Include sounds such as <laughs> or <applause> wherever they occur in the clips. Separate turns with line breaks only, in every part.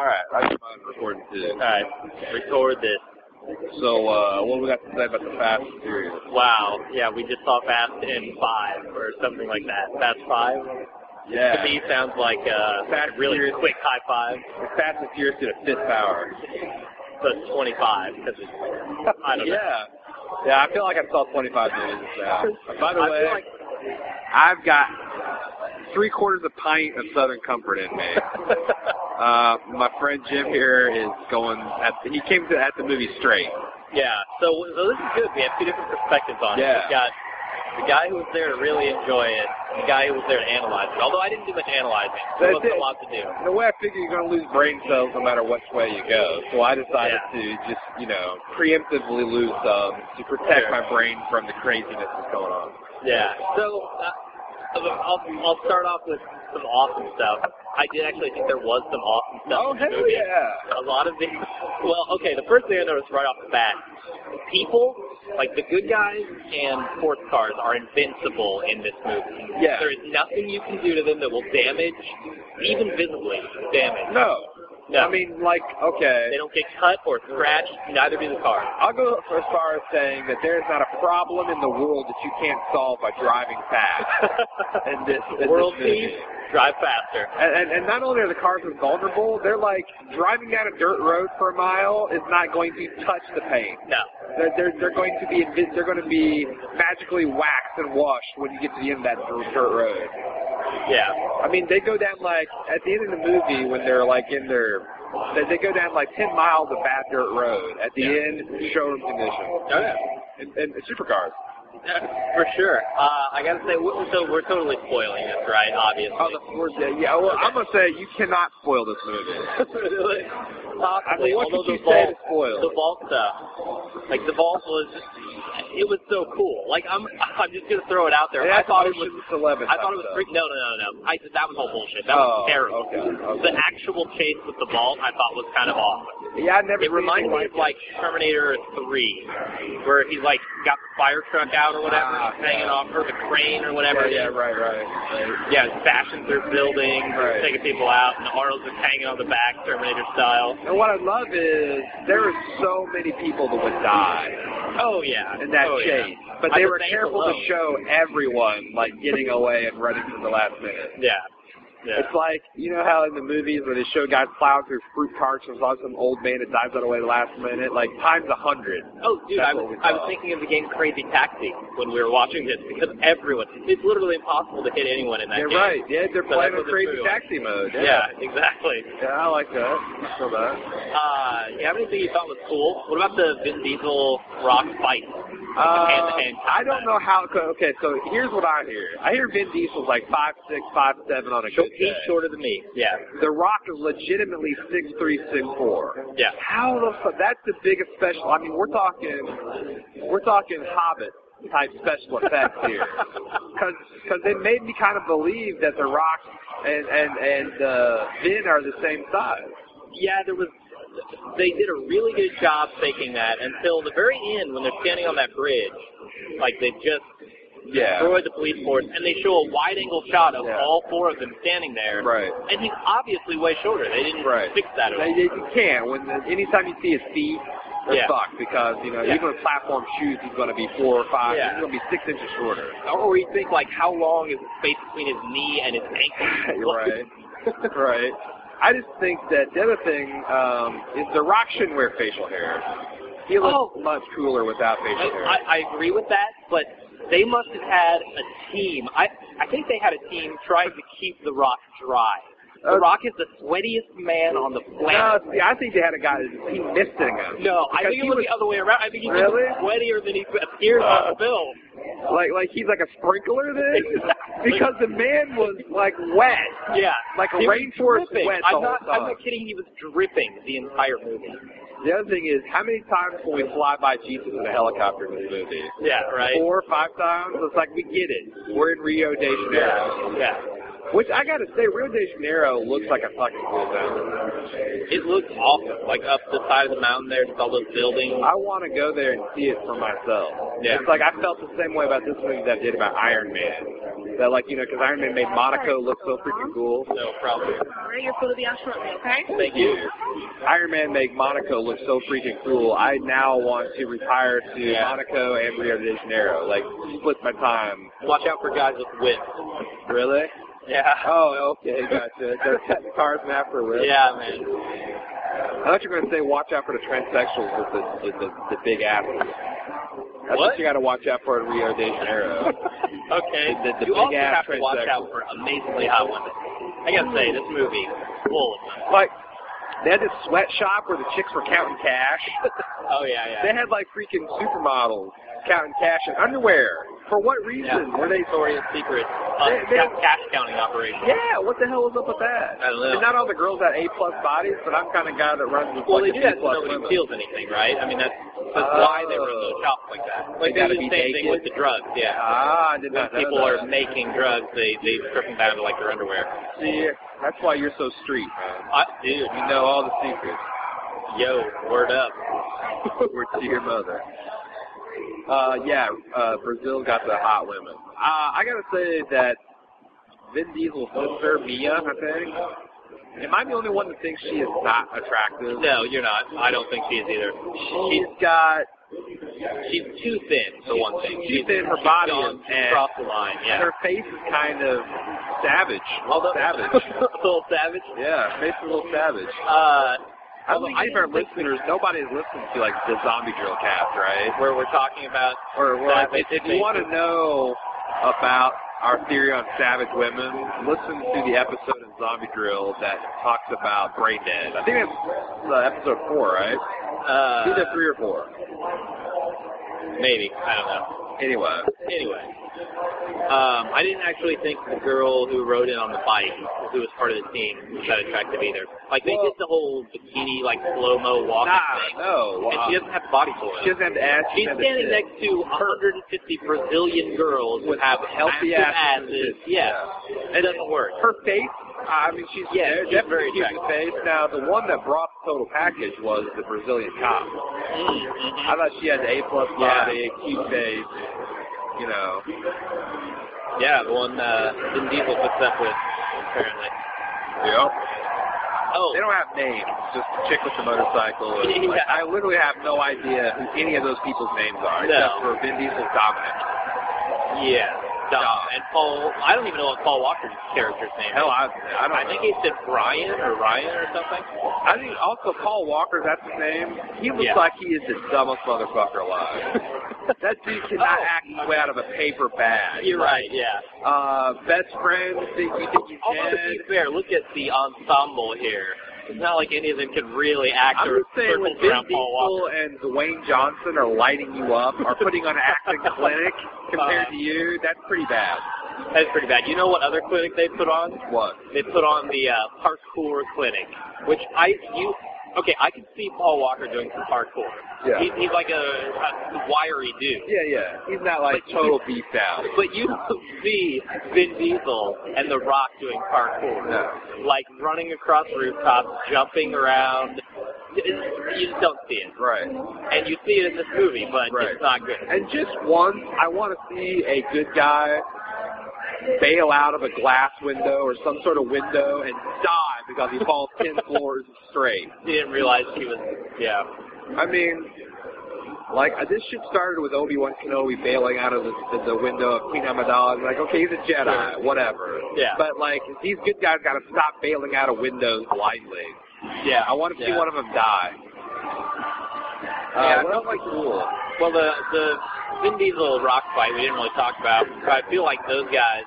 I come out and record too.
Alright, record this.
So, uh, what we got to say about the Fast and Furious?
Wow, yeah, we just saw Fast and Five or something like that. Fast Five
Yeah.
to me sounds like uh,
Fast
a really
Furious.
quick high five.
The Fast and Furious did a fifth power.
Plus 25 because
<laughs>
it's I don't know.
yeah. Yeah, I feel like I saw 25 minutes of that. Uh, By the
I
way,
feel like
I've got three quarters of a pint of Southern Comfort in
<laughs>
me. uh, my friend Jim here is going, at the, he came to at the movie straight.
yeah. So so this is good. We have two different perspectives on
Yeah.
it. We've got the guy who was there to really enjoy it, the guy who was there to analyze it. Although I didn't do much analyzing, so there
That's
wasn't
it.
a lot to do.
In a way, I figure you're going to lose brain cells no matter which way you go. So I decided to just, you know, preemptively lose some to protect
Sure.
my brain from the craziness that's going on.
Yeah. So uh, I'll, I'll start off with some awesome stuff. I did actually think there was some awesome stuff. in the movie.
Oh, yeah!
A lot of the well, okay. The first thing I noticed right off the bat, people like the good guys and sports cars are invincible in this movie.
Yeah.
There is nothing you can do to them that will damage, even visibly damage.
No.
No.
I mean, like, okay.
They don't get cut or scratched. Neither do the
<laughs>
cars.
I'll go for as far as saying that there's not a problem in the world that you can't solve by driving
<laughs>
fast. and this, in this
World
movie.
peace, drive faster.
And, and, and not only are the cars vulnerable, they're like driving down a dirt road for a mile is not going to touch the paint.
No.
They're, they're, they're going to be invi- they're going to be magically waxed and washed when you get to the end of that dirt, dirt road.
Yeah.
I mean, they go down like at the end of the movie when they're like in their they, they go down like ten miles of bad dirt road at the
Yeah.
end showroom condition
Oh, yeah.
and, and supercars.
<laughs> For sure. Uh, I gotta say, w- so we're totally spoiling this, right?
<laughs>
Obviously.
Oh, the fourth day. Yeah, well, I'm gonna say you cannot spoil this movie. I mean,
Possibly.
what
Although
could you
the
say
vault,
to spoil?
the vault stuff, like the vault was, it was so cool. Like I'm, <laughs> I'm just gonna throw it out there.
Yeah,
I thought it was,
Ocean's Eleven.
I thought it was
stuff.
freak. No, no, no, no. I that was whole bullshit. That
Oh,
was terrible.
okay, okay.
The actual chase with the vault, I thought was kind of awesome.
Yeah, I never.
It
seen
reminds
anything
me of like Terminator 3, where he like got the fire truck out or whatever,
Ah,
hanging
yeah.
off or the crane or
it.
whatever.
Yeah, yeah,
it is.
right, right.
Yeah, it's bashing through buildings,
Right.
taking people out, and Arnold's just hanging on the back, Terminator style.
And what I love is there are so many people that would die
Oh yeah,
in that
oh, yeah.
chase, but
I
they
would
were
think
careful
alone.
to show everyone like getting away and running to the last minute.
Yeah, yeah,
It's like you know how in the movies where they show guys plowing through fruit carts and saw some old man that dives out of the way last minute. Like times a hundred.
Oh, dude,
That's
I
what
was,
we
I
saw.
was thinking of the game Crazy Taxi when we were watching this because everyone, it's literally impossible to hit anyone in that
You're
game.
right. Yeah, they're
So
playing
that's
on
what the
crazy
true one-
taxi mode.
Yeah, exactly.
Yeah, I like that. I feel that.
Uh, you have anything you thought was cool? What about the Vin Diesel Rock fight?
Uh,
hand-to-hand
I don't know how. co- Okay, so here's what I hear. I hear Vin Diesel's like five six, five seven on a
Short,
good
he's
day.
shorter than me. Yeah,
The Rock is legitimately six three, six four.
yeah.
How the fuck? That's the biggest special. I mean, we're talking, we're talking Hobbit type special effects
<laughs>
here, because it made me kind of believe that The Rock and and and uh, Vin are the same size.
Yeah, there was. They did a really good job faking that until the very end when they're standing on that bridge. Like they just
Yeah.
destroyed the police force, and they show a wide-angle shot of
Yeah.
all four of them standing there.
Right.
And he's obviously way shorter. They didn't
Right.
fix that at
Now,
all.
You you can't. When the, anytime you see his feet, they're
Yeah.
fucked because you know
Yeah.
even with platform shoes, he's going to be four or five.
Yeah.
He's going to be six inches shorter.
Or you think like, how long is the space between his knee and his
<laughs>
ankle?
You're right. right. I just think that the other thing um, is The Rock shouldn't wear facial hair. He looks
Oh.
much cooler without facial hair.
I, I, I agree with that, but they must have had a team. I I think they had a team trying to keep The Rock dry. The
Uh,
Rock is the sweatiest man on the planet.
no, see, I think they had a guy that he missed it him.
No,
Because
I think it
he
was,
was-
the other way around. I think he's
Really? Uh,
sweatier than he appears on the film.
Like, like he's like a sprinkler then?
<laughs> Exactly.
Because the man was like wet.
Yeah,
Like a
He was
rainforest
dripping.
wet the
I'm
whole
not,
time.
I'm not kidding. He was dripping the entire movie.
The other thing is, how many times can we fly by Jesus in a helicopter in this movie?
Yeah, right.
Four or five times? It's like, we get it. We're in Rio de Janeiro.
yeah, yeah.
Which I gotta say, Rio de Janeiro looks like a fucking cool town.
It looks awesome. Like up the side of the mountain there, just all those buildings.
I want to go there and see it for myself.
Yeah.
It's like I felt the same way about this movie that I did about Iron Man. That like you know, because Iron Man made Monaco look so freaking cool.
No problem.
All right, your food will be on shortly, okay?
Thank you.
Iron Man make Monaco look so freaking cool. I now want to retire to
Yeah.
Monaco and Rio de Janeiro. Like, split my time.
Watch out for guys with whips.
Really?
Yeah.
Oh, okay, gotcha. <laughs> They're cars map for real.
Yeah, man.
I thought you were going to say watch out for the transsexuals with the, with the, the big asses. That's
What?
what you got to watch out for in Rio de Janeiro.
<laughs> Okay.
The- the
you
big
also
ass
have to watch
transsexual.
out for amazingly hot women. I gotta say, this movie full of them.
like, they had this sweatshop where the chicks were counting
<laughs>
cash.
Oh yeah, yeah.
They had like freaking supermodels counting cash in underwear. For what reason?
Yeah.
Were they?
Victoria's Secret uh,
They- they-
ca- cash counting operation.
Yeah. What the hell was up with that?
I don't know.
And not all the girls had A plus bodies, but I'm kind of guy that runs with
Well,
like
they do
the
that
B
so
plus
nobody
women.
steals anything, right? I mean, that's, that's
Oh.
why they run those shops like that. Like
They
they,
gotta
do the
be
same thing
naked.
with the drugs. Yeah.
Ah, I did
When
not know
people
that.
are making drugs, they they strip them down to like their underwear.
See, that's why you're so street, man.
I, dude,
You know all the secrets.
yo, word up.
Word to your mother. Uh, yeah, uh, Brazil got the hot women. Uh, I gotta say that Vin Diesel's sister, Mia, I think. Am I the only one that thinks she is not attractive?
No, you're not. I don't think she is either.
She's got
She's too thin for one thing.
She's thin, her body
gone
is thin.
across the line. Yeah.
her face is kind of savage.
Although- <laughs>
savage.
a little savage.
yeah, her face is a little savage.
Uh,
I don't think
although
any of our listeners, nobody's listening to like the zombie drill cast, right?
where we're talking about
Or well,
Savage
if, if you want to know about our theory on savage women, listen to the episode in Zombie Drill that talks about brain dead. I think that's uh, episode four, right?
uh,
Either three or four.
maybe I don't know.
Anyway,
Anyway, um, I didn't actually think the girl who rode in on the bike, who was part of the team, was that attractive either. Like they
Well-
did the whole bikini like slow mo walk
nah,
thing,
no,
and she
uh,
doesn't have the body for
she
it.
doesn't have to ask.
She's standing next to 150 Brazilian girls who
With
have
healthy
massive
asses.
asses. Yeah, it doesn't work.
Her face, I mean, she's
Yeah,
there's
she's very
definitely a cute face. Now, the one that brought the total package was the Brazilian cop.
Mm-hmm.
I thought she had the A plus
Yeah.
body, cute face, you know.
Yeah, the one uh, Vin Diesel puts up with apparently.
Yep.
Oh,
They don't have names, just the chick with the motorcycle. And, like,
<laughs> Yeah.
I literally have no idea who any of those people's names are,
No.
except for Vin Diesel Dominic.
Yeah. Dom.
Dom.
And Paul, I don't even know what Paul Walker's character's name
Hell,
is.
I, I don't
I think
know.
he said Brian or Ryan or something.
I think also Paul Walker, that's his name. He looks
Yeah.
like he is the dumbest motherfucker alive.
<laughs>
that dude cannot
Oh.
act his way out of a paper bag.
<laughs> You're right, yeah.
Uh, best friend, think you think he's
Although, to
dead.
be fair, look at the ensemble here. It's not like any of them could really act
I'm
or
just saying
circle
when Vin
around Paul
Diesel
Walker.
and Dwayne Johnson are lighting you up, are putting on an
<laughs>
acting clinic compared
Uh.
to you, that's pretty bad.
That's pretty bad. You know what other clinic they put on?
What?
They put on the uh, parkour clinic, which I you okay. I can see Paul Walker doing some parkour.
Yeah.
He, he's like a, a wiry dude.
Yeah, yeah. He's not like
But
total beefed out.
But you don't see Vin Diesel and The Rock doing parkour.
No.
Like running across rooftops, jumping around. It's- You just don't see it.
Right.
And you see it in this movie, but
Right.
it's not good.
And just once, I want to see a good guy bail out of a glass window or some sort of window and die because he falls
<laughs>
10 floors straight.
You didn't realize he was, yeah.
I mean, like, uh, this shit started with Obi-Wan Kenobi bailing out of the, the, the window of Queen Amidala. And like, okay, he's a Jedi, whatever.
Yeah.
But, like, these good guys got to stop bailing out of windows blindly.
Yeah.
I want to see
Yeah.
one of them die. Uh,
Yeah,
what else was cool?
Well, the the Vin Diesel rock fight we didn't really talk about, but I feel like those guys,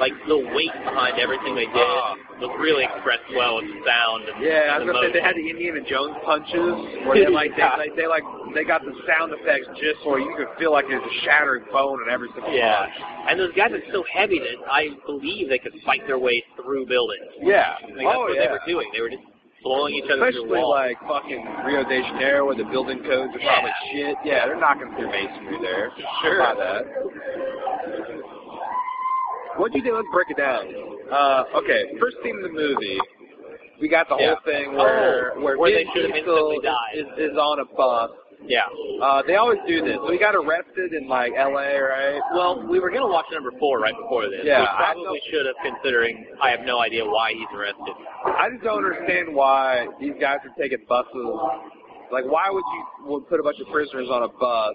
like the weight behind everything they did,
Oh.
was really expressed well with the sound. And,
Yeah, I
and
was gonna say they
emotion.
had the Indiana Jones punches where they <laughs> like they
Yeah.
like they like they got the sound effects just where you could feel like there's a shattering bone in every single
Yeah,
punch.
and those guys are so heavy that I believe they could fight their way through buildings.
Yeah.
Like, that's
oh
what
yeah.
they were doing. They were just blowing each other through
Especially
walls.
like fucking Rio de Janeiro where the building codes are probably
Yeah.
shit. Yeah, they're knocking through masonry there.
Sure.
By that. What'd you do? Let's break it down. Uh, okay, first scene in the movie, we got the
Yeah.
whole thing where
Oh,
where,
where
Vin
they should have
Diesel
instantly died.
is, is, is on a bus
Yeah.
Uh, they always do this. We got arrested in like L.A. Right?
Well, we were gonna watch number four right before this.
Yeah,
We
I
probably should have, considering I have no idea why he's arrested.
I just don't understand why these guys are taking buses. Like, why would you would put a bunch of prisoners on a bus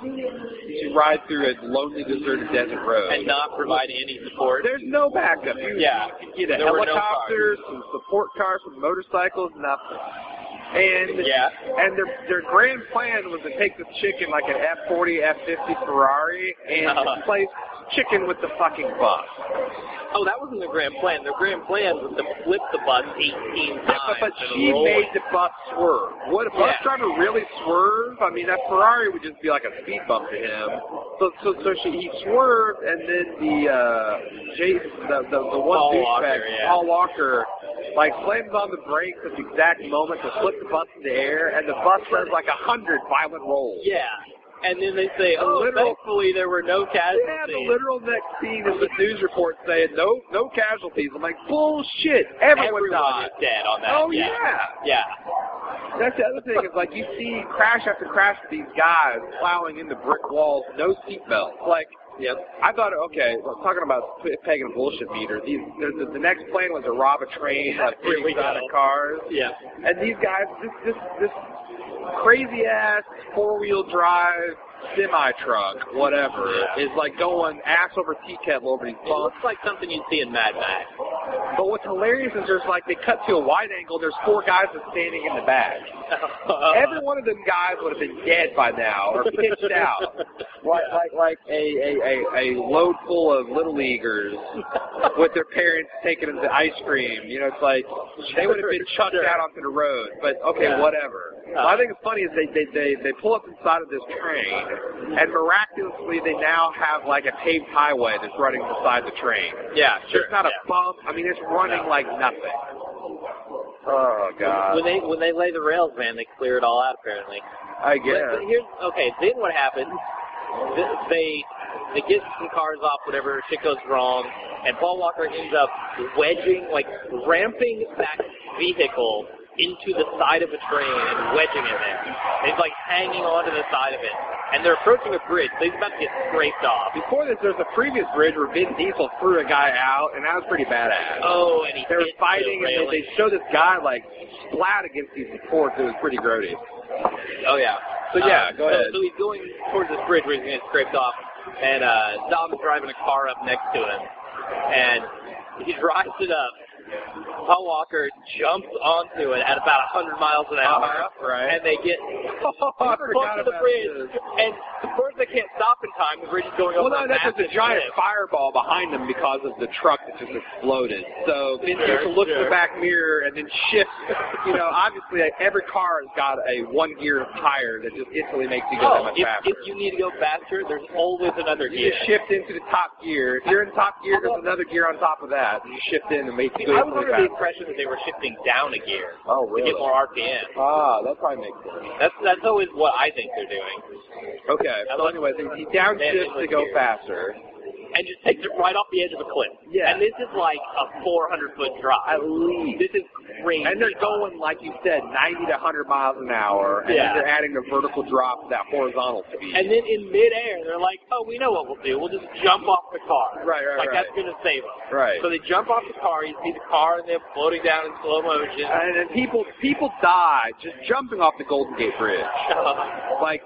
to ride through a lonely, deserted desert road?
And not provide any support.
There's no backup. You,
Yeah.
you get a
There were no
helicopter, some support cars, some motorcycles, nothing. And
Yeah.
and their their grand plan was to take this chicken like an F40, F50 Ferrari and
Uh-huh.
replace chicken with the fucking bus.
Oh, that wasn't the grand plan. The grand plan was to flip the bus 18 times.
Yeah, but, but
and
she
roll
made
it.
the bus swerve. Would a bus
Yeah.
driver really swerve? I mean, that Ferrari would just be like a speed bump to him. So, so, so she he swerved, and then the uh, Jason, the the, the one
Paul
douchebag,
Walker, yeah.
Paul Walker, like slams on the brakes at the exact moment to flip the bus in the air, and the bus does like a hundred violent rolls.
Yeah. And then they say,
The
oh,
literal-
thankfully there were no casualties.
Yeah, the literal next scene is the news report saying no, no casualties. I'm like, bullshit. Everyone,
Everyone
died.
is dead on that.
Oh
yeah.
yeah.
Yeah.
That's the other thing is like you see crash after crash of these guys plowing into brick walls, no seatbelts. Like
Yep.
I thought, okay, well, talking about p- pegging bullshit meter. These the, the, the next plan was to rob a train, like
Here
three
we go.
exotic cars,
Yeah.
and these guys, this this this crazy ass four wheel drive semi truck, whatever,
Yeah.
is like going ass over tea kettle over these
It
bumps.
looks like something you'd see in Mad Max.
But what's hilarious is there's like they cut to a wide angle. There's four guys that's standing in the back.
Uh, Uh-huh.
Every one of them guys would have been dead by now or pitched
<laughs>
out. Like like like a a, a, a load full of little leaguers with their parents taking them to ice cream. You know, it's like they would have been chucked
Sure.
out onto the road. But okay,
Yeah. Uh-huh.
whatever. What I think it's funny is they, they they they pull up inside of this train and miraculously they now have like a paved highway that's running beside the train.
yeah, sure.
It's not
yeah.
a bump. I mean, it's running
No.
like nothing. Oh God!
When they when they lay the rails, man, they clear it all out apparently.
I
But-
guess.
But here's okay. Then what happens? Th- They they get some cars off. Whatever shit goes wrong, and Paul Walker ends up wedging, like ramping that vehicle into the side of a train and wedging it there. He's like hanging onto the side of it, and they're approaching a bridge. So he's about to get scraped off.
Before this, there's a previous bridge where Vin Diesel threw a guy out, and that was pretty badass.
Oh, and he
they were
hits the
fighting, and they,
railing.
they show this guy like splat against these supports. It was pretty grody.
Oh yeah.
So, yeah, go
so,
ahead.
So he's going towards this bridge where he's gonna get scraped off, and uh, Dom's driving a car up next to him, and he drives it up. Paul Walker jumps onto it at about 100 miles an hour,
Uh-huh, right.
and they
<laughs>
get <laughs>
I
close
forgot
to the
about
bridge.
this.
And of course they can't stop in time. The bridge is going
Well,
over.
no, that's just
massive
a giant
cliff.
fireball behind them because of the truck that just exploded. So Vin
Sure,
Diesel looks in
sure.
the back mirror and then shifts. You know, obviously like, every car has got a one gear tire that just instantly makes you go that
Oh,
much
if,
faster.
if you need to go faster, there's always another
You
gear.
just shift into the top gear. If you're in top gear, there's another gear on top of that. You shift in and make
See,
it
I was
really
under the
fast.
impression that they were shifting down a gear
Oh,
to get more RPM.
Ah, that probably makes sense.
That's that's always what I think they're doing,
Okay, so anyways, he downshifts to go faster.
and just takes it right off the edge of a cliff.
Yeah.
And this is like a 400 foot drop.
At least.
This is crazy.
And they're going, like you said, 90 to 100 miles an hour, and
Yeah.
then they're adding the vertical drop to that horizontal speed.
And then in midair, they're like, "Oh, we know what we'll do. We'll just jump off the car.
Right, right,
Like
right.
that's gonna save us."
Right.
So they jump off the car. You see the car, and they're floating down in slow motion.
and then people people die just jumping off the Golden Gate Bridge. Like,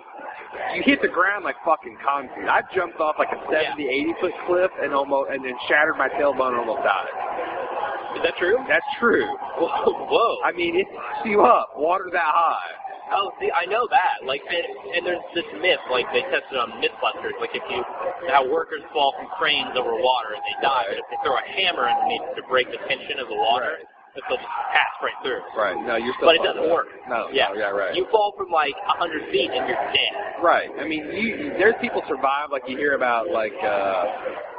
you hit the ground like fucking concrete. I jumped off like a 70, 80 foot cliff and almost, and then shattered my tailbone and almost died.
<laughs> is that true? <laughs>
That's true.
Whoa, whoa.
I mean, it fucks you up. Water that high.
Oh, see, I know that. Like, and, and there's this myth, like they tested on MythBusters, like if you how workers fall from cranes over water and they die, but if they throw a hammer underneath to break the tension of the water, that they'll just pass right through.
Right. No, you're still.
But it
fucked
doesn't
up.
work.
No.
Yeah.
no, yeah. Right.
You fall from like a hundred feet and you're dead.
right. I mean, you, there's people survive. Like you hear about, like uh,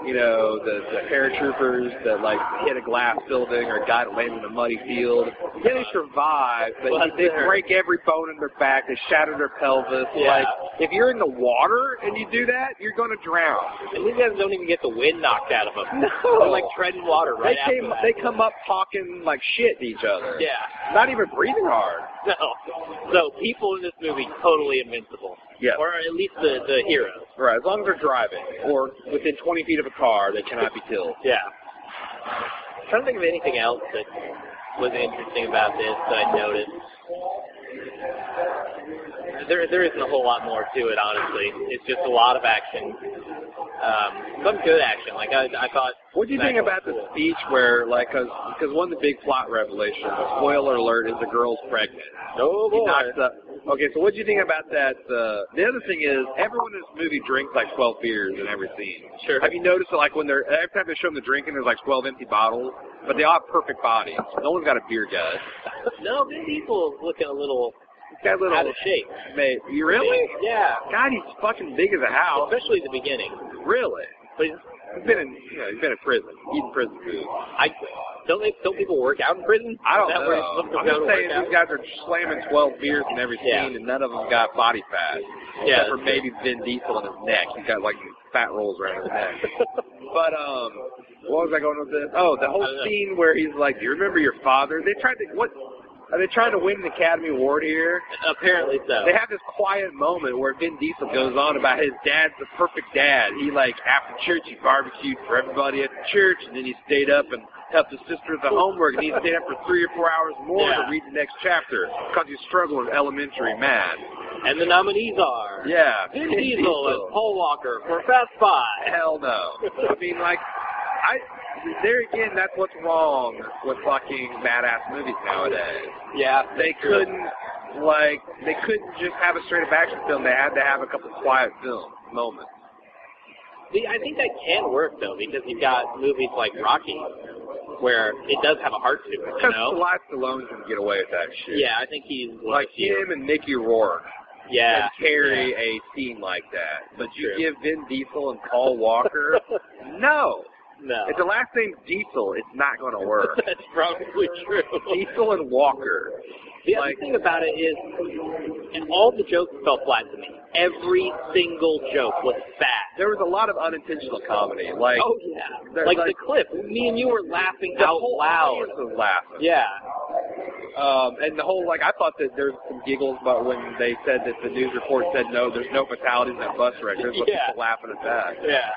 you know, the, the paratroopers that like hit a glass building or a guy that landed in a muddy field. Yeah, they survive, but
Well,
you- they
sure.
break every bone in their back. They shatter their pelvis.
Yeah.
Like if you're in the water and you do that, you're gonna drown.
And these guys don't even get the wind knocked out of them.
No.
They're like treading water right
they came.
after that.
They come up talking like shit to each other.
Yeah. <laughs>
Not even breathing hard.
No. So people in this movie totally invincible.
Yes.
Or at least the the heroes.
Right, as long as they're driving or within 20 feet of a car, they cannot be killed.
Yeah. I'm trying to think of anything else that was interesting about this that I noticed. There, there isn't a whole lot more to it, honestly. It's just a lot of action. Um, some good action. Like I, I thought.
What do you
that
think
was
about the
cool.
speech where, like, because one of the big plot revelations, spoiler alert, is the girl's pregnant.
Oh
He knocks up. Okay, so what do you think about that? Uh, the other thing is, everyone in this movie drinks like 12 beers in every scene.
Sure.
Have you noticed that, like, when they're, every time they show them the drinking, there's like 12 empty bottles, but they all have perfect bodies. No one's got a beer gut.
<laughs> No, this people looking a little
This guy little.
out of shape.
Mate, you really?
Yeah.
God, he's fucking big as a house.
Especially the beginning.
Really?
But he's-
He's been in, you know, he's been in prison, eating prison food.
I don't they don't people work out in prison?
I don't
Is that
know.
Where you're supposed to
I'm
go
just
to
saying
work out?
these guys are slamming 12 beers in every scene,
Yeah.
and none of them got body fat. Except
Yeah,
for
that's
maybe Vin Diesel in his neck. He's got like fat rolls around his
<laughs>
neck. but um, what was I going with this? Oh, the whole
I don't know.
scene where he's like, "Do you remember your father?" They tried to what? Are they trying to win an Academy Award here?
Apparently so.
They have this quiet moment where Vin Diesel goes on about his dad's the perfect dad. He like after church he barbecued for everybody at the church, and then he stayed up and helped his sister with the homework, and he stayed up for three or four hours more to
Yeah.
read the next chapter because he struggled with elementary math.
And the nominees are
Yeah,
Vin
<laughs>
Diesel and Paul Walker for Fast Five.
Hell no. I mean, like, I there again, that's what's wrong with fucking badass movies nowadays.
Yeah,
They couldn't like they couldn't just have a straight up action film. They had to have a couple quiet film moments.
See, I think that can work though because you've got movies like Rocky, where it does have a heart to it. You
Because
know?
Sly Stallone can get away with that shit.
Yeah, I think he's one
Like
of the few.
him and Mickey Rourke
Yeah,
can carry a scene like that. But you
True.
give Vin Diesel and Paul
<laughs>
Walker, no.
no, <laughs>
If the last name's Diesel, it's not going to work.
that's probably true.
<laughs> Diesel and Walker.
The other
Like-
thing about it is, and all the jokes fell flat to me. Every single joke was bad.
there was a lot of unintentional comedy. Like
oh yeah,
they're
like,
like-
the clip. Me and you were laughing
the
out
whole
loud.
audience was laughing.
Yeah,
Um, and the whole like I thought that there was some giggles, but when they said that the news report said no, there's no fatalities in that bus wreck.
<laughs>
There's
Yeah.
people laughing at that.
yeah.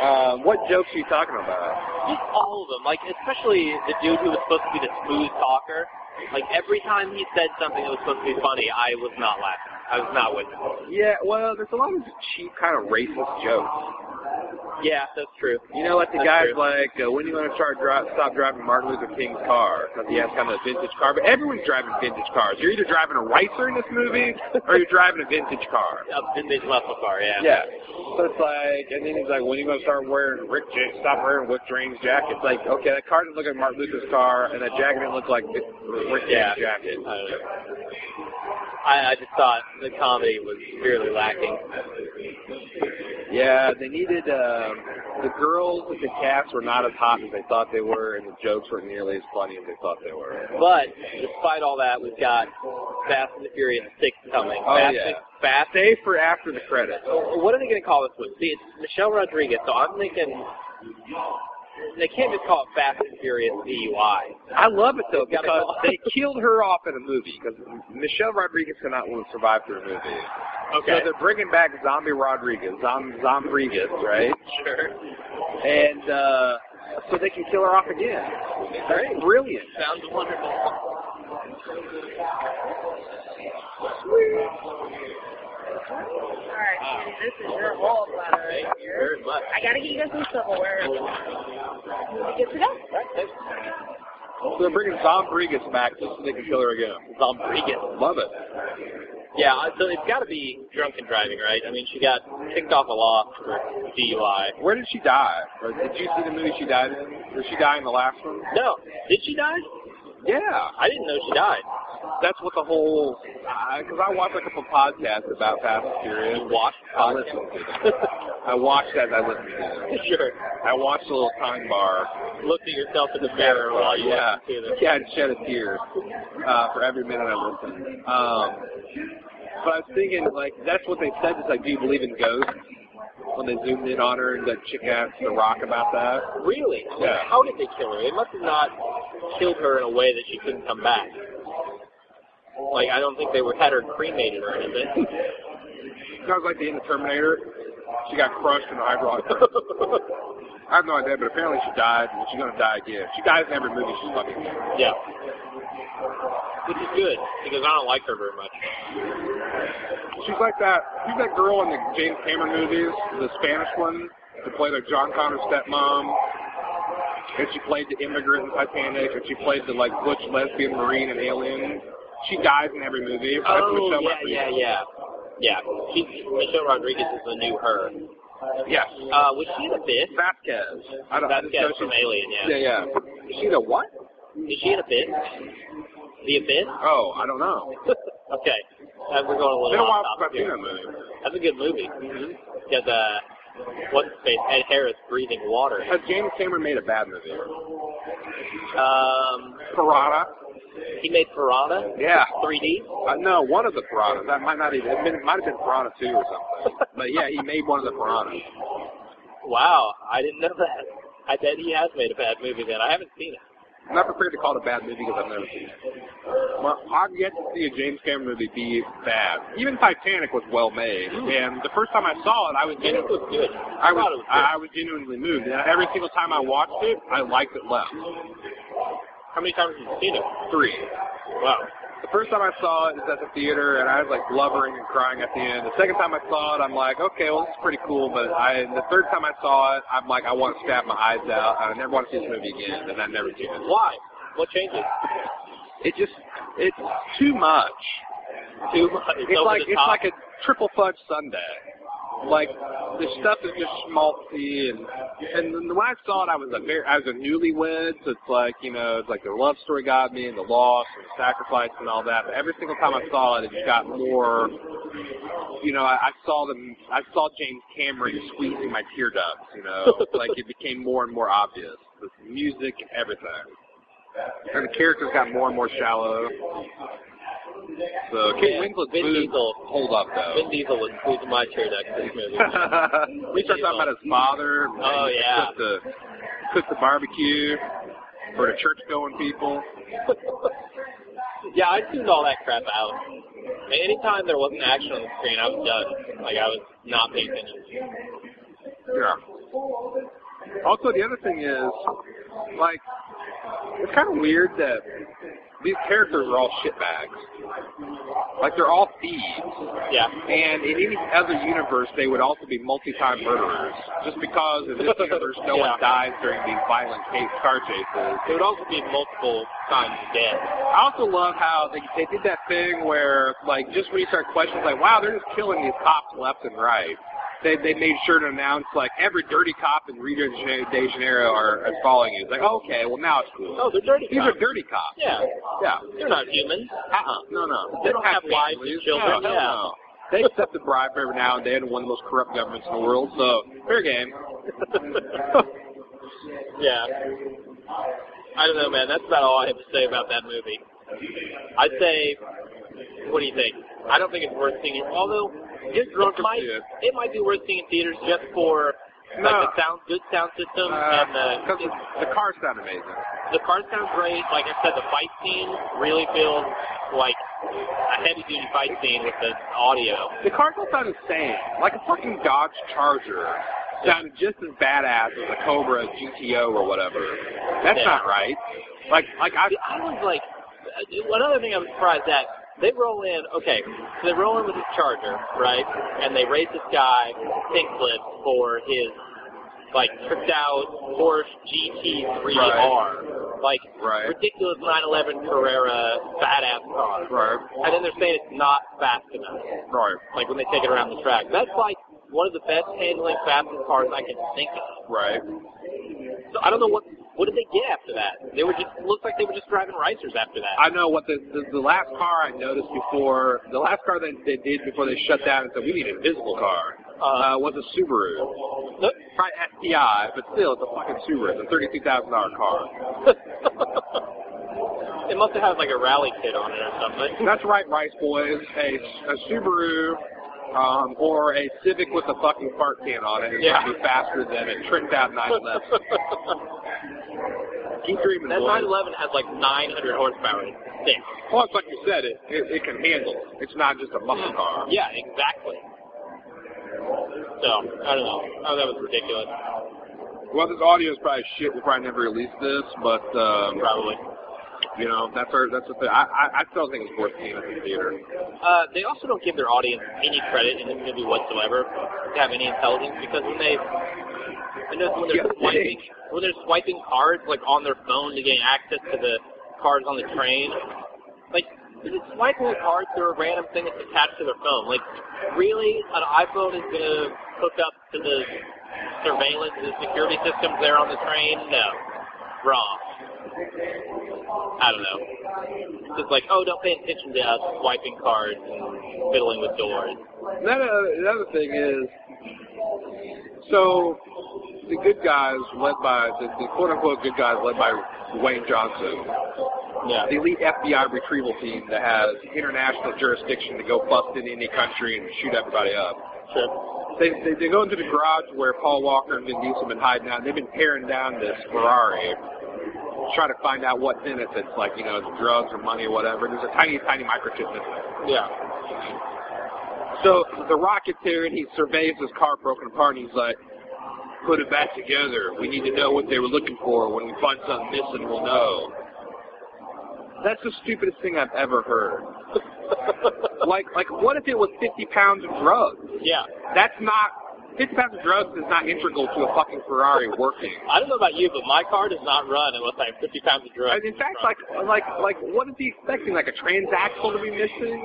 Um, what jokes are you talking about?
Just all of them. Like especially the dude who was supposed to be the smooth talker. Like every time he said something that was supposed to be funny, I was not laughing. I was not with him.
Yeah, well, there's a lot of cheap kind of racist jokes.
Yeah, that's true.
You know, like the
That's
guys
true.
like, uh, when are you going to start dri- stop driving Martin Luther King's car? Because he has kind of a vintage car. But everyone's driving vintage cars. You're either driving a Ricer in this movie, or you're driving a vintage car.
Up in this muscle car. Yeah.
Yeah. So it's like, and then he's like, when are you gonna start wearing Rick? Ja- stop wearing Rick James jackets. Like, okay, that car didn't look like Martin Luther's car, and that jacket didn't look like Rick
Yeah.
James' jacket.
I, don't know. I, I just thought the comedy was severely lacking.
Yeah, they needed um, the girls that the cast were not as hot as they thought they were, and the jokes weren't nearly as funny as they thought they were.
But despite all that, we've got Fast and the Furious Six coming.
Oh,
Fast,
yeah.
Fast.
Stay for after the credits.
What are they going to call this one? See, it's Michelle Rodriguez, so I'm thinking they can't just call it Fast and Furious DUI.
I love it though
Gotta
because
go.
they killed her off in a movie because Michelle Rodriguez cannot want to survive through a movie. So they're bringing back Zombie Rodriguez, Zom Zombriguez, right?
sure.
and uh, so they can kill her off again. That's brilliant.
Sounds wonderful.
Alright, Kenny, this is your whole platter right here.
Very much.
I gotta get you guys some silverware. You Good to go.
So they're bringing Zombrigas back just so they can kill her again.
Zombriguez.
Love it.
Yeah, I- so it's got to be drunken driving, right? I mean, she got kicked off a law for DUI.
Where did she die? Or did you see the movie she died in? Did she die in the last one?
No, did she die?
Yeah.
I didn't know she died. <laughs>
That's what the whole. Because I watched a couple podcasts about Fast and Furious.
You watched
I listened to them. <laughs> I watched as I listened to them.
sure.
I watched a little time bar.
Look at yourself in the mirror while you
yeah.
listen to this.
Yeah, I'd shed a tear uh, for every minute I listened. Um, but I was thinking, like, that's what they said. It's like, do you believe in ghosts? When they zoomed in on her and that chick asked The Rock about that.
Really? I mean,
Yeah.
How did they kill her? They must have not. killed her in a way that she couldn't come back. Like I don't think they would had her cremated or anything. <laughs>
Sounds like the end of Terminator. She got crushed in a hydraulic press. <laughs> I have no idea, but apparently she died, and she's gonna die again. She dies in every movie she's fucking in.
yeah. Which is good because I don't like her very much.
She's like that. She's that girl in the James Cameron movies, the Spanish one, that played like John Connor's stepmom. And she played the immigrant in Titanic, and she played the like butch lesbian marine in Alien. She dies in every movie. That's
Oh,
Michelle
Oh, yeah,
Rodriguez.
yeah, yeah, yeah. She's Michelle Rodriguez is the new her.
Yes.
Uh, was she the fifth?
Vasquez.
I don't.
That's
I just know
from Alien.
she's, yeah,
Yeah.
yeah.
Is she the what?
Is she in a fifth? The abyss? <laughs>
Oh, I don't know.
okay. Uh, we're going a
It's been a
little
while
off
since
topic
I've seen
here.
that movie.
That's a good movie. Got the what's his face? Ed Harris breathing water.
Has James Cameron made a bad movie?
Um,
Piranha.
he made Piranha.
Yeah.
3D.
Uh, no, one of the piranhas. That might not even. It been- might have been Piranha Two or something. But yeah, he made one of the piranhas.
Wow, I didn't know that. I bet he has made a bad movie then. I haven't seen it.
I'm not prepared to call it a bad movie because I've never seen it. Well, I've yet to see a James Cameron movie be bad. Even Titanic was well made, and the first time I saw it, I was
And it
genu-
was good.
I
thought
was
it was good.
I, I was genuinely moved, and every single time I watched it, I liked it less.
uh, How many times have you seen it?
Three.
Wow.
The first time I saw it is at the theater, and I was like blubbering and crying at the end. The second time I saw it, I'm like, okay, well this is pretty cool. But I, the third time I saw it, I'm like, I want to stab my eyes out. I never want to see this movie again, and I never did.
Why? What changes?
It just, it's too much.
Too much. It's,
It's
over
like
the
it's
top.
like a triple fudge sundae. Like the stuff is just schmaltzy and and then when I saw it, I was a very I was a newlywed, so it's like you know it's like the love story got me and the loss and the sacrifice and all that. But every single time I saw it, it just got more. You know, I, I saw them. I saw James Cameron squeezing my tear ducts. You
<laughs>
know, like it became more and more obvious. The music, everything, and the characters got more and more shallow. So Kate
Yeah,
Winslet's
Vin
boobs
Diesel.
hold up though. <laughs>
Vin Diesel was squeezing my tear ducts in this movie.
we start talking about his father. and
Oh,
he
yeah.
Cooked the, cooked the barbecue for the church going people.
yeah, I tuned all that crap out. And anytime there wasn't action on the screen, I was done. Like I was not paying attention.
Yeah. Also, the other thing is, like, it's kind of weird that these characters are all shitbags. Like, they're all thieves.
Yeah.
And in any other universe, they would also be multi-time murderers. Just because in this universe, no
Yeah.
one dies during these violent case, car chases.
It would also be multiple times dead.
I also love how they, they did that thing where, like, just when you start questions, like, wow, they're just killing these cops left and right. They, they made sure to announce, like, every dirty cop in Rio de Jane- de Janeiro are, is following you. It's like, okay, well, now it's cool.
Oh, they're dirty.
These are
cops.
dirty cops.
Yeah.
Yeah.
They're not humans.
Uh-uh. No, no.
They don't have wives
families.
and children.
No, hell
Yeah.
no. They accept the bribe every now and then, one of the most corrupt governments in the world, so fair game.
yeah. I don't know, man. That's about all I have to say about that movie. I'd say, what do you think? I don't think it's worth seeing. it- Although,
Get drunk
it might,
and see it.
it might be worth seeing in theaters just for
No.
like the sound, good sound system,
Uh,
and
Because
the
the car sound amazing.
the car sounds great. Like I said, the fight scene really feels like a heavy-duty fight scene with the audio.
The Cardinals sound insane. Like a fucking Dodge Charger sounded just as badass as a Cobra GTO or whatever. That's
Yeah.
not right. Like, like I,
I I was like, another thing I'm surprised at, they roll in, okay, so they roll in with his charger, right? And they raise this guy, Pinklet, for his, like, tricked out Porsche GT3R. Like,
Right.
ridiculous 911 Carrera badass car.
right,
And then they're saying it's not fast enough,
right,
like when they take it around the track. That's like one of the best handling fastest cars I can think of.
right.
So I don't know what what did they get after that? They were just looked like they were just driving racers after that.
I know what the, the the last car I noticed before the last car that they did before they shut down and said we need an invisible car uh, was a Subaru,
Look,
probably STI, but still it's a fucking Subaru, it's a thirty-two thousand dollar car.
it must have had like a rally kit on it or something.
That's right, Rice Boys. A, a Subaru um, or a Civic with a fucking fart can on it is
Yeah.
gonna be faster than a tricked out 911. Keep dreaming.
<laughs> That
boy.
911 has like 900 horsepower. It's thick.
Plus, like you said, it, it it can handle. it. It's not just a muscle car.
Yeah, exactly. So I don't know. Oh, that was ridiculous.
Well, this audio is probably shit. We'll probably never release this, but um,
Probably.
you know that's our that's the thing. I, I I still think it's worth seeing at the theater.
Uh, they also don't give their audience any credit in this movie whatsoever to have any intelligence because when they I notice when they're
Yeah.
swiping when they're swiping cards like on their phone to gain access to the cards on the train, like they're just swiping the cards through a random thing that's attached to their phone. Like really, an iPhone is gonna hook up to the surveillance and security systems there on the train? No. Wrong. I don't know. It's just like, oh, don't pay attention to us swiping cards and fiddling with doors.
Another another uh, thing is, so the good guys led by the, the quote unquote good guys led by Wayne Johnson,
Yeah.
the elite FBI retrieval team that has international jurisdiction to go bust in any country and shoot everybody up.
Sure.
They, they they go into the garage where Paul Walker and Vin Diesel have been hiding out. and They've been tearing down this Ferrari, trying to find out what's in it. That's like you know the drugs or money or whatever. There's a tiny tiny microchip in it.
Yeah.
So the rocket's here, and he surveys his car broken apart, and he's like, "Put it back together. We need to know what they were looking for. When we find something missing, we'll know." That's the stupidest thing I've ever heard. <laughs> like, like, what if it was 50 pounds of drugs?
Yeah.
That's not 50 pounds of drugs is not integral to a fucking Ferrari working.
I don't know about you, but my car does not run unless I have 50 pounds of drugs.
And in fact, like, like, like, what is he expecting? Like a transaxle to be missing?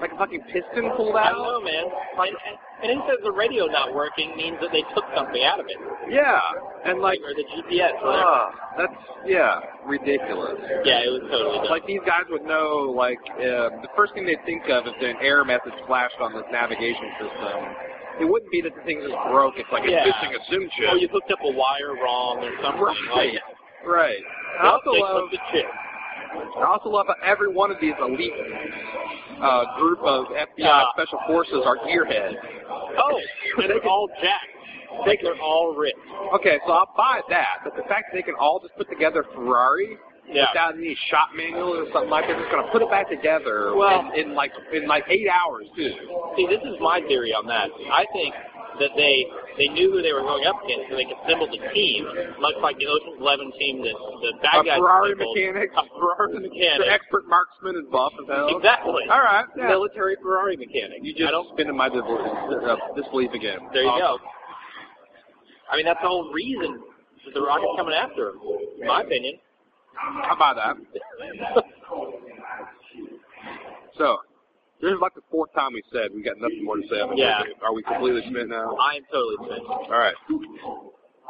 Like a fucking piston pulled
I don't
out?
know, man. And, and, and it says the radio not working means that they took something out of it,
Yeah, and like.
or the GPS, whatever.
Uh, that's yeah, ridiculous.
yeah, it was totally done.
Like these guys would know. Like uh, the first thing they think of is an error message flashed on this navigation system. It wouldn't be that the thing just broke. It's like
Yeah.
it's missing a zoom chip. <laughs>
oh, you hooked up a wire wrong or something.
right,
Like,
right. I
Nope,
also
they
love.
took the chip.
I also love how every one of these elite uh, group of FBI
Yeah.
special forces are gearheads.
Oh, <laughs> and they're all jacked. Like they're all rich.
Okay, so I'll buy that, but the fact that they can all just put together Ferrari
Yeah.
without any shop manuals or something like that, they're just gonna put it back together
Well-
in, in like in like eight hours too.
See, this is my theory on that. I think that they they knew who they were going up against, so they assembled a team, much like the Ocean's Eleven team that the bad
A
guys
Ferrari
assembled.
mechanic.
a
<laughs>
Ferrari
They're
mechanic,
expert marksman and buff as hell.
exactly,
All right. Yeah.
military Ferrari mechanic.
you just
I don't.
spin in my dis- uh, disbelief again.
There you
Awesome.
go. I mean, that's the whole reason that the Rocket's coming after him, in my opinion.
I buy that.
<laughs>
So. This is like the fourth time we said we got nothing more to say. about
Yeah.
it. Are we completely spent now?
I am totally convinced.
All right.